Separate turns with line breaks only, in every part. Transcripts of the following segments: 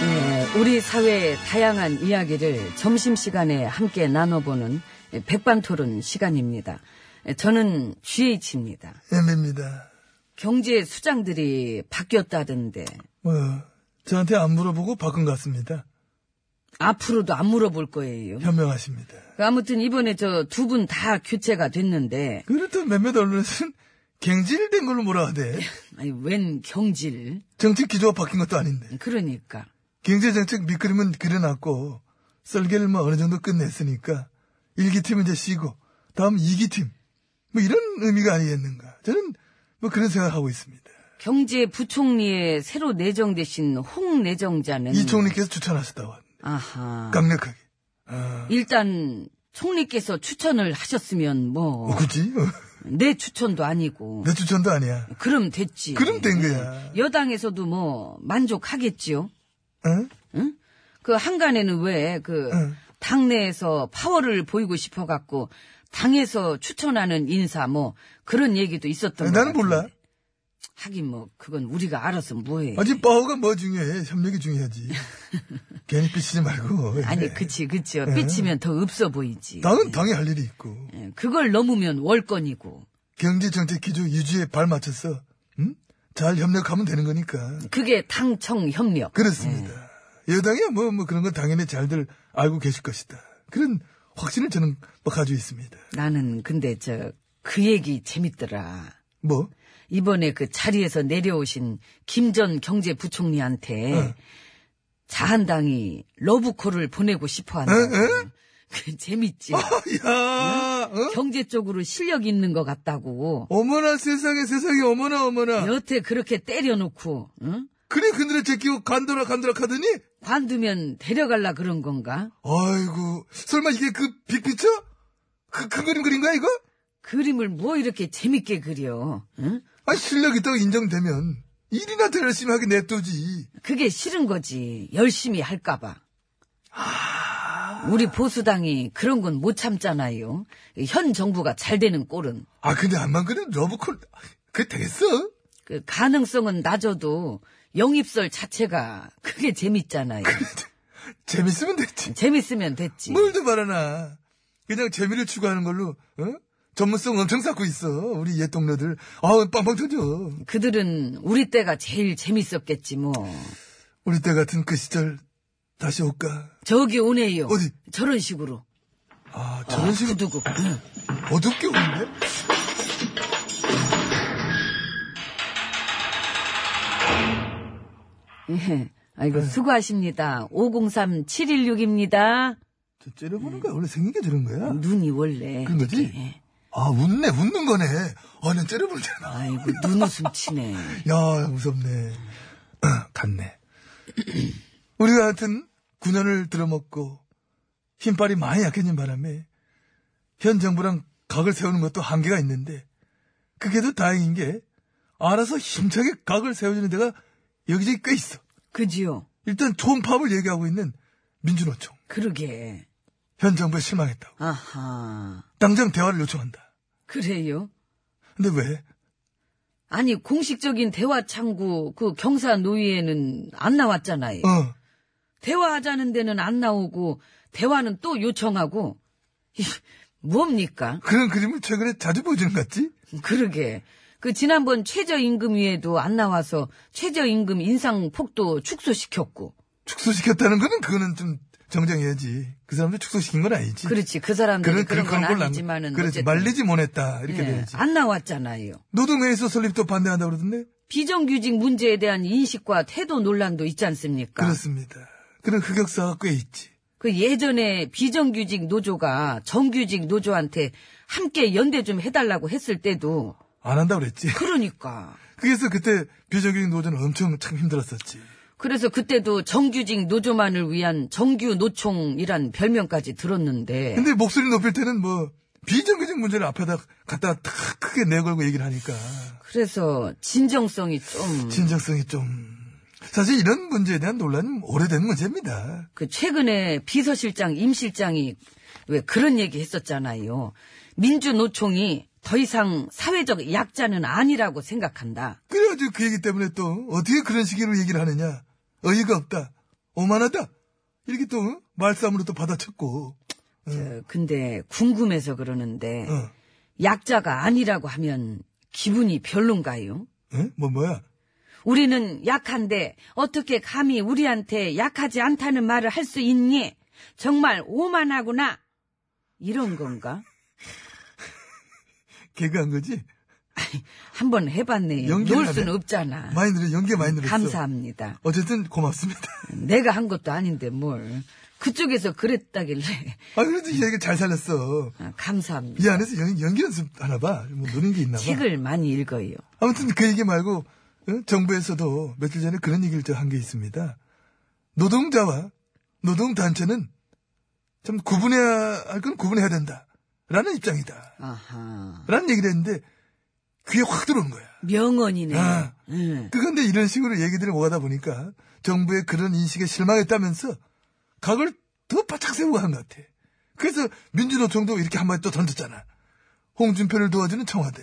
네, 우리 사회의 다양한 이야기를 점심시간에 함께 나눠보는 백반토론 시간입니다. 예, 저는 GH입니다.
M입니다.
경제 수장들이 바뀌었다던데
뭐 저한테 안 물어보고 바꾼 것 같습니다.
앞으로도 안 물어볼 거예요. 그
현명하십니다.
아무튼 이번에 저 두 분 다 교체가 됐는데
그렇다면 몇몇 언론은 갱질된 걸로 뭐라 하대.
아니 웬 경질
정책 기조가 바뀐 것도 아닌데.
그러니까
경제정책 밑그림은 그려놨고 썰개를 뭐 어느 정도 끝냈으니까 1기팀은 이제 쉬고 다음 2기팀 뭐 이런 의미가 아니겠는가 저는 뭐 그런 생각하고 있습니다
경제 부총리에 새로 내정되신 홍 내정자는
이 총리께서 추천하셨다고 합니다
음. 아하
강력하게 아,
일단 총리께서 추천을 하셨으면
뭐
뭐내
굳이?
추천도 아니고
내 추천도 아니야
그럼 됐지
그럼 된 거야
여당에서도 뭐 만족하겠지요
응?
응? 그 한간에는 왜 그
응.
당내에서 파워를 보이고 싶어 갖고 당에서 추천하는 인사 뭐 그런 얘기도 있었던
아니,
것
나는 몰라.
같은데. 하긴 뭐 그건 우리가 알아서 뭐해.
아직 파워가 뭐 중요해 협력이 중요하지 괜히 삐치지 말고 예.
아니 그치 그치요. 삐치면 더 없어 보이지.
당은 당이 할 일이 있고
예, 그걸 넘으면 월권이고
경제정책 기조 유지에 발맞춰서 응? 잘 협력하면 되는 거니까
그게 당청 협력.
그렇습니다.
예.
여당이야 뭐, 뭐 그런 건 당연히 잘들 알고 계실 것이다. 그런 확신을 저는 뭐 가지고 있습니다.
나는 근데 저 그 얘기 재밌더라.
뭐?
이번에 그 자리에서 내려오신 김 전 경제부총리한테
응.
자한당이 러브콜을 보내고 싶어 한다. 그 재밌지.
아. 야 어?
경제 쪽으로 실력 있는 것 같다고.
어머나 세상에 세상에 어머나 어머나.
여태 그렇게 때려놓고, 응?
그래 그늘에 제끼고 간도락 간도락 하더니
관두면 데려갈라 그런 건가?
아이고 설마 이게 그 빅피처? 그, 그 그림 그린 거야 이거?
그림을 뭐 이렇게 재밌게 그려, 응?
아 실력 있다고 인정되면 일이나 더 열심히 하게 냅두지.
그게 싫은 거지. 열심히 할까봐. 우리 보수당이 그런 건 못 참잖아요. 현 정부가 잘 되는 꼴은.
아 근데 안만 그래도 러브콜 그 됐어?
그 가능성은 낮아도 영입설 자체가 그게 재밌잖아요.
재밌으면 됐지.
재밌으면 됐지.
뭘 더 바라나. 그냥 재미를 추구하는 걸로, 어? 전문성 엄청 쌓고 있어. 우리 옛 동료들. 아우, 빵빵 터져.
그들은 우리 때가 제일 재밌었겠지 뭐.
우리 때 같은 그 시절 다시 올까?
저기 오네요.
어디?
저런 식으로.
아, 저런 식으로
두고
어둡게 오는데? 네.
예. 아이고 수고하십니다. 503-716입니다.
저 째려보는 거야. 원래 생긴 게 저런 거야?
눈이 원래.
그런 거지?
이렇게. 예.
아, 웃네. 웃는 거네. 아, 난 째려보는 줄 알아.
아이고 눈웃음 치네.
야, 무섭네. 갔네. 우리가 하여튼 9년을 들어먹고 힘빨이 많이 약해진 바람에 현 정부랑 각을 세우는 것도 한계가 있는데 그게 더 다행인 게 알아서 힘차게 각을 세워주는 데가 여기저기 꽤 있어.
그지요?
일단 총파업을 얘기하고 있는 민주노총.
그러게.
현 정부에 실망했다고.
아하.
당장 대화를 요청한다.
그래요?
근데 왜?
아니 공식적인 대화 창구 그 경사 노위에는 안 나왔잖아요.
어.
대화하자는 데는 안 나오고 대화는 또 요청하고 이, 뭡니까?
그런 그림을 최근에 자주 보여주는 것 같지?
그러게 그 지난번 최저임금위에도 안 나와서 최저임금 인상 폭도 축소시켰고.
축소시켰다는 거는 그거는 좀 정정해야지. 그 사람들 축소시킨 건 아니지.
그렇지. 그 사람들이 그런, 건
남-
아니지만은.
그렇지.
어쨌든.
말리지 못했다. 이렇게
예,
돼야지.
안 나왔잖아요.
노동회에서 설립도 반대한다고 그러던데?
비정규직 문제에 대한 인식과 태도 논란도 있지 않습니까?
그렇습니다. 그런 흑역사가 꽤 있지.
그 예전에 비정규직 노조가 정규직 노조한테 함께 연대 좀 해달라고 했을 때도
안 한다고 그랬지.
그러니까
그래서 그때 비정규직 노조는 엄청 참 힘들었었지.
그래서 그때도 정규직 노조만을 위한 정규 노총이란 별명까지 들었는데
근데 목소리 높일 때는 뭐 비정규직 문제를 앞에다 갖다가 탁 크게 내걸고 얘기를 하니까
그렇죠. 그래서 진정성이 좀
진정성이 좀 사실 이런 문제에 대한 논란은 오래된 문제입니다.
그 최근에 비서실장 임 실장이 왜 그런 얘기 했었잖아요. 민주노총이 더 이상 사회적 약자는 아니라고 생각한다.
그래가지고 그 얘기 때문에 또 어떻게 그런 식으로 얘기를 하느냐 어이가 없다 오만하다 이렇게 또 어? 말싸움으로 또 받아쳤고
저, 근데 궁금해서 그러는데
어.
약자가 아니라고 하면 기분이 별론가요?
에? 뭐 뭐야
우리는 약한데 어떻게 감히 우리한테 약하지 않다는 말을 할 수 있니? 정말 오만하구나. 이런 건가?
개그한 거지
한번 해봤네요.
연기를
놀 수는
하네.
없잖아.
많이 늘어 연기 많이 늘었어
감사합니다.
어쨌든 고맙습니다.
내가 한 것도 아닌데 뭘. 그쪽에서 그랬다길래
아 그래도 이 얘기 잘 살렸어.
아, 감사합니다.
이 안에서 연, 연기 연습 하나 봐. 뭐 노는 게 있나 봐.
책을 많이 읽어요.
아무튼 그 얘기 말고 어? 정부에서도 며칠 전에 그런 얘기를 한 게 있습니다. 노동자와 노동단체는 참 구분해야 할 건 구분해야 된다. 라는 입장이다.
아하.
라는 얘기를 했는데 귀에 확 들어온 거야.
명언이네.
아.
응.
그런데 이런 식으로 얘기들이 오가다 보니까 정부의 그런 인식에 실망했다면서 각을 더 바짝 세우고 한 것 같아. 그래서 민주노총도 이렇게 한마디 또 던졌잖아. 홍준표를 도와주는 청와대.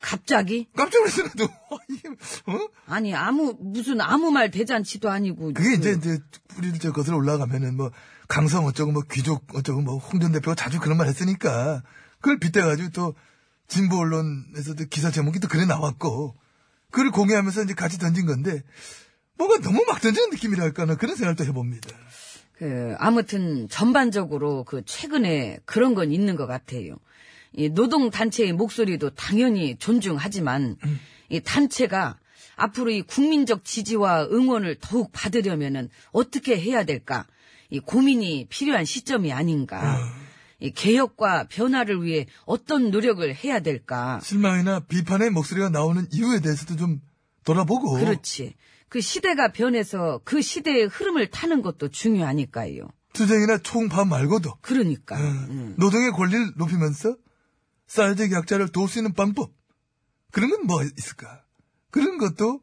갑자기?
깜짝 놀랐어, 나도. 이게, 어?
아니 아무 무슨 아무 말 대잔치도 아니고.
그게 이제,
그
이제, 우리 저 것으로 올라가면은 뭐, 강성 어쩌고 뭐 귀족 어쩌고 뭐, 홍 전 대표가 자주 그런 말 했으니까, 그걸 빗대가지고 또, 진보 언론에서도 기사 제목이 또 그래 나왔고, 그걸 공유하면서 이제 같이 던진 건데, 뭔가 너무 막 던지는 느낌이랄까나 그런 생각도 해봅니다.
그, 아무튼 전반적으로 그 최근에 그런 건 있는 것 같아요. 이 노동 단체의 목소리도 당연히 존중하지만 이 단체가 앞으로 이 국민적 지지와 응원을 더욱 받으려면은 어떻게 해야 될까? 이 고민이 필요한 시점이 아닌가? 이 개혁과 변화를 위해 어떤 노력을 해야 될까?
실망이나 비판의 목소리가 나오는 이유에 대해서도 좀 돌아보고,
그렇지. 그 시대가 변해서 그 시대의 흐름을 타는 것도 중요하니까요.
투쟁이나 총파 말고도,
그러니까.
어,
음.
노동의 권리를 높이면서 사회적 약자를 도울 수 있는 방법 그런 건 뭐 있을까? 그런 것도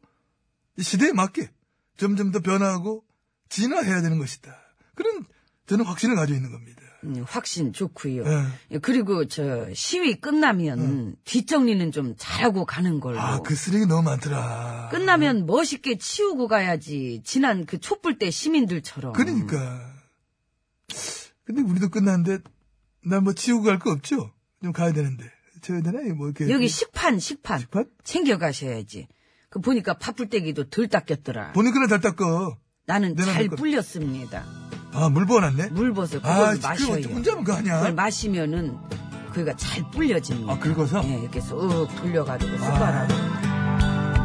이 시대에 맞게 점점 더 변화하고 진화해야 되는 것이다. 그런 저는 확신을 가지고 있는 겁니다.
음, 확신 좋고요.
예.
그리고 저 시위 끝나면 뒷정리는 좀 잘하고 가는 걸로.
음. 아, 그 쓰레기 너무 많더라.
끝나면 멋있게 치우고 가야지. 지난 그 촛불 때 시민들처럼.
그러니까. 근데 우리도 끝났는데 난 뭐 치우고 갈 거 없죠? 좀 가야 되는데. 쳐야 되나? 뭐 이렇게
여기 식판 식판
식판?
챙겨 가셔야지. 그 보니까 파풀떼기도 덜 닦였더라.
본인 거나 잘 닦어.
나는
뭐, 내가
잘
닦을-
불렸습니다.
아, 물 부어놨네.
물 벗어 그걸
아, 그거
마셔요.
혼자 하면 그거 아니야.
그걸 마시면은 그가 잘 불려집니다.
아, 긁어서? 아.
예, 이렇게 쏙 돌려가지고 숟가락으로.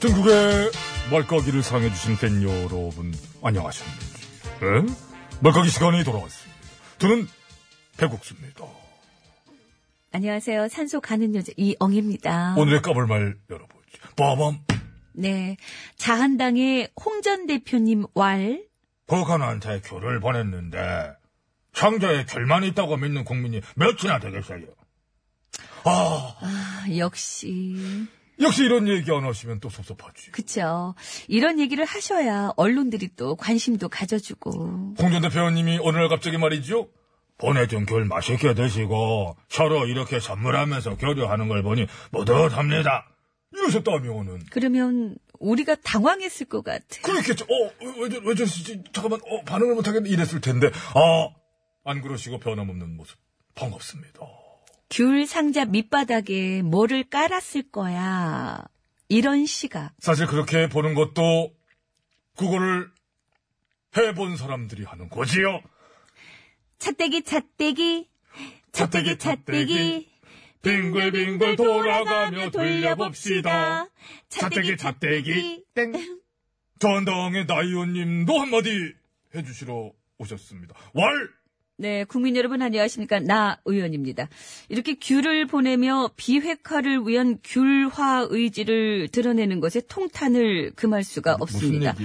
전국의 말까기를 사랑해주신 팬 여러분, 안녕하셨는지. 예? 말까기 시간이 돌아왔습니다. 저는 백국수입니다.
안녕하세요. 산소 가는 여자 이엉입니다.
오늘의 까불말 열어보죠. 빠밤!
네. 자한당의 홍전 대표님 왈
북한한테 교를 보냈는데, 창조에 결만 있다고 믿는 국민이 몇이나 되겠어요? 아,
아, 역시
역시 이런 얘기 안 하시면 또 섭섭하지.
그쵸. 이런 얘기를 하셔야 언론들이 또 관심도 가져주고.
홍 전 대표님이 어느 날 갑자기 말이죠. 보내준 귤 맛있게 드시고 서로 이렇게 선물하면서 교류하는 걸 보니 뿌듯합니다. 이러셨다면은
그러면 우리가 당황했을 것 같아.
그렇겠죠. 어, 왜, 저- 왜 저러시지? 잠깐만, 어, 반응을 못하겠네. 이랬을 텐데. 아, 안 그러시고 변함없는 모습. 반갑습니다.
귤 상자 밑바닥에 뭐를 깔았을 거야. 이런 시각.
사실 그렇게 보는 것도 그거를 해본 사람들이 하는 거지요.
찻대기, 찻대기.
찻대기, 찻대기. 빙글빙글 돌아가며 돌려봅시다. 찻대기, 찻대기. 땡. 전당의 나이오님도 한마디 해주시러 오셨습니다. 왈!
네, 국민 여러분 안녕하십니까. 나 의원입니다. 이렇게 귤을 보내며 비핵화를 위한 귤화 의지를 드러내는 것에 통탄을 금할 수가 없습니다.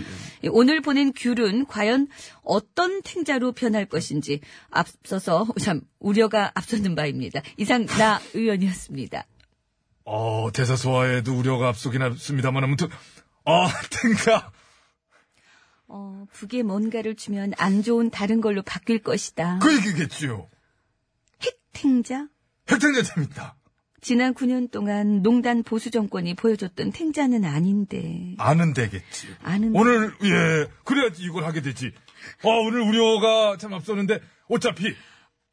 예, 오늘 보낸 귤은 과연 어떤 탱자로 변할 것인지 앞서서 참 우려가 앞서는 바입니다. 이상 나 의원이었습니다.
어, 대사 소화에도 우려가 앞서긴 했습니다만, 아무튼, 아, 탱가.
어, 북에 뭔가를 주면 안 좋은 다른 걸로 바뀔 것이다.
그 얘기겠지요.
탱자?
핵탱자 재밌다.
지난 9년 동안 농단 보수 정권이 보여줬던 탱자는 아닌데.
아는 데겠지.
아는
오늘 예 그래야지 이걸 하게 되지. 아 오늘 우려가 참 앞서는데 어차피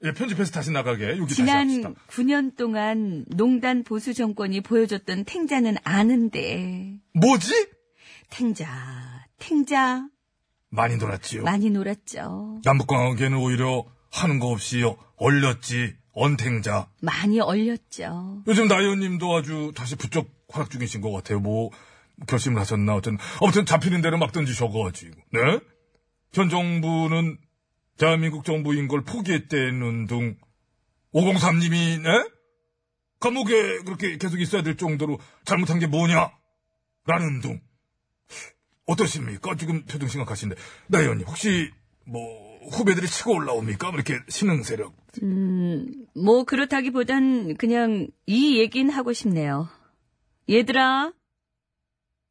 예, 편집해서 다시 나가게 여기
지난
다시 합시다.
9년 동안 농단 보수 정권이 보여줬던 탱자는 아는데
뭐지?
탱자 탱자
많이 놀았지요.
많이 놀았죠
남북관계는 오히려 하는 거 없이 얼렸지 언탱자.
많이 얼렸죠
요즘 나의원님도 아주 다시 부쩍 활약 중이신 것 같아요. 뭐 결심을 하셨나 어쨌든 아무튼 잡히는 대로 막 던지셔가지고 네? 현 정부는 대한민국 정부인 걸 포기했다는 등 503님이 네? 감옥에 그렇게 계속 있어야 될 정도로 잘못한 게 뭐냐? 라는 등 어떠십니까? 지금 표정 심각하신데 나의원님 혹시 뭐 후배들이 치고 올라옵니까? 뭐 이렇게 신흥 세력
뭐 그렇다기보단 그냥 이 얘긴 하고 싶네요 얘들아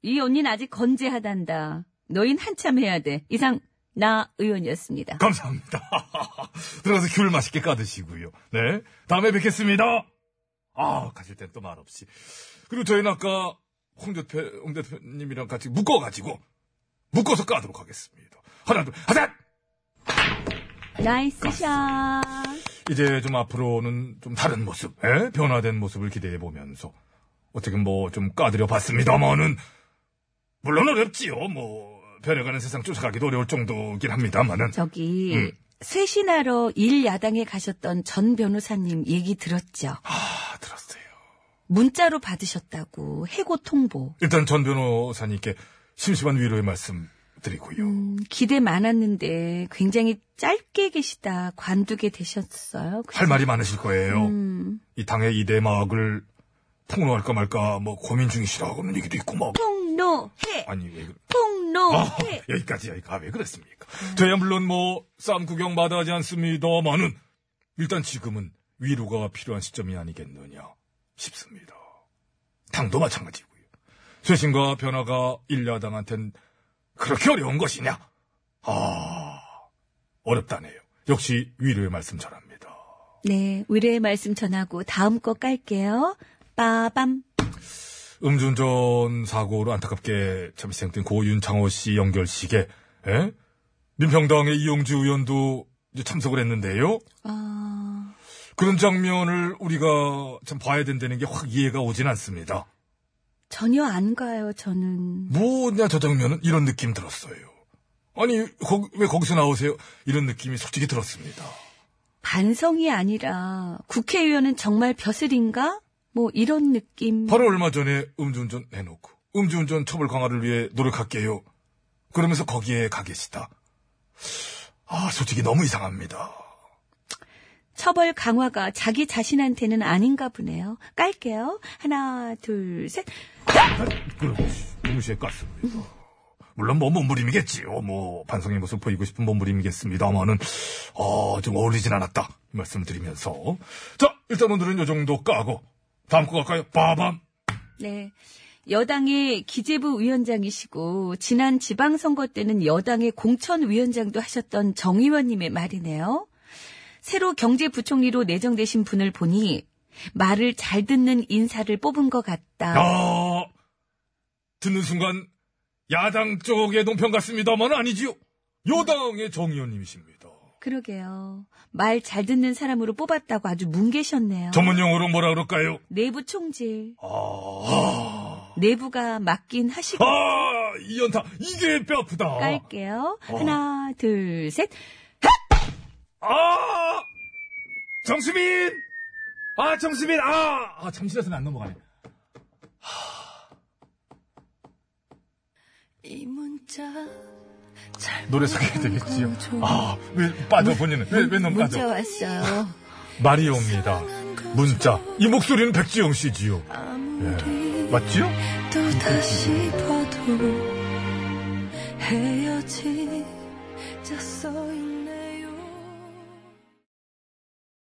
이 언니는 아직 건재하단다 너흰 한참 해야 돼 이상 나 의원이었습니다
감사합니다. 들어가서 귤 맛있게 까드시고요. 네. 다음에 뵙겠습니다. 아, 가실 땐 또 말 없이. 그리고 저희는 아까 홍 대표, 홍 대표님이랑 같이 묶어가지고, 묶어서 까도록 하겠습니다. 하나, 둘, 하자!
나이스 샷
이제 좀 앞으로는 좀 다른 모습, 예? 변화된 모습을 기대해 보면서 어떻게 뭐 좀 까드려 봤습니다만은 물론 어렵지요. 뭐 변해가는 세상 쫓아가기도 어려울 정도긴 합니다만은
저기
음.
쇄신하러 일 야당에 가셨던 전 변호사님 얘기 들었죠.
다 아, 들었어요.
문자로 받으셨다고 해고 통보.
일단 전 변호사님께 심심한 위로의 말씀 드리고요.
음, 기대 많았는데 굉장히 짧게 계시다 관두게 되셨어요. 그죠?
할 말이 많으실 거예요.
음,
이 당의 이대 막을 폭로할까 말까 뭐 고민 중이시라고 하는 얘기도 있고 막
폭로해,
아니 왜 그래. 아,
폭로해.
여기까지 여기가 왜 그랬습니까? 저야 물론 뭐 싸움 구경 마다하지 않습니다만은 일단 지금은 위로가 필요한 시점이 아니겠느냐 싶습니다. 당도 마찬가지고요. 쇄신과 변화가 일야당한텐 그렇게 어려운 것이냐? 아 어렵다네요. 역시 위로의 말씀 잘합니다.
네, 위례의 말씀 전하고 다음 거 깔게요. 빠밤.
음주운전 사고로 안타깝게 참 희생된 고윤창호 씨 연결식에 예? 민평당의 이용주 의원도 이제 참석을 했는데요.
아,
그런 장면을 우리가 참 봐야 된다는 게 확 이해가 오진 않습니다.
전혀 안 가요. 저는
뭐냐 저 장면은 이런 느낌 들었어요. 아니 거- 왜 거기서 나오세요? 이런 느낌이 솔직히 들었습니다.
반성이 아니라 국회의원은 정말 벼슬인가? 뭐 이런 느낌.
바로 얼마 전에 음주운전 해놓고 음주운전 처벌 강화를 위해 노력할게요. 그러면서 거기에 가 계시다. 아 솔직히 너무 이상합니다.
처벌 강화가 자기 자신한테는 아닌가 보네요. 깔게요. 하나, 둘, 셋.
그렇지. 동시에 깠습니다. 물론 뭐 몸부림이겠지요. 뭐 반성의 모습 보이고 싶은 몸부림이겠습니다만은 어, 좀 어울리진 않았다. 이 말씀을 드리면서 자 일단 오늘은 요 정도 까고 다음 거 갈까요? 빠밤
네. 여당의 기재부 위원장이시고 지난 지방선거 때는 여당의 공천위원장도 하셨던 정 의원님의 말이네요. 새로 경제부총리로 내정되신 분을 보니 말을 잘 듣는 인사를 뽑은 것 같다.
아, 듣는 순간 야당 쪽의 논평 같습니다만 아니지요. 여당의 정 의원님이십니다.
그러게요. 말 잘 듣는 사람으로 뽑았다고 아주 뭉개셨네요.
전문용어로 뭐라 그럴까요?
내부 총질.
아,
내부가 맞긴 하시고
아, 이 연타 이게 뼈 아프다.
깔게요. 하나, 둘, 셋.
아! 정수빈! 아, 정수빈! 아! 아, 잠실에서는 안 넘어가네.
이 문자 잘
노래 소개해야 되겠지요. 아, 왜 빠져, 본인은. 왜, 왜 너무
문자
빠져?
왔어요.
말이 옵니다. 문자. 이 목소리는 백지영 씨지요. 예. 맞지요?
또 다시 봐도 헤어진 자 써있는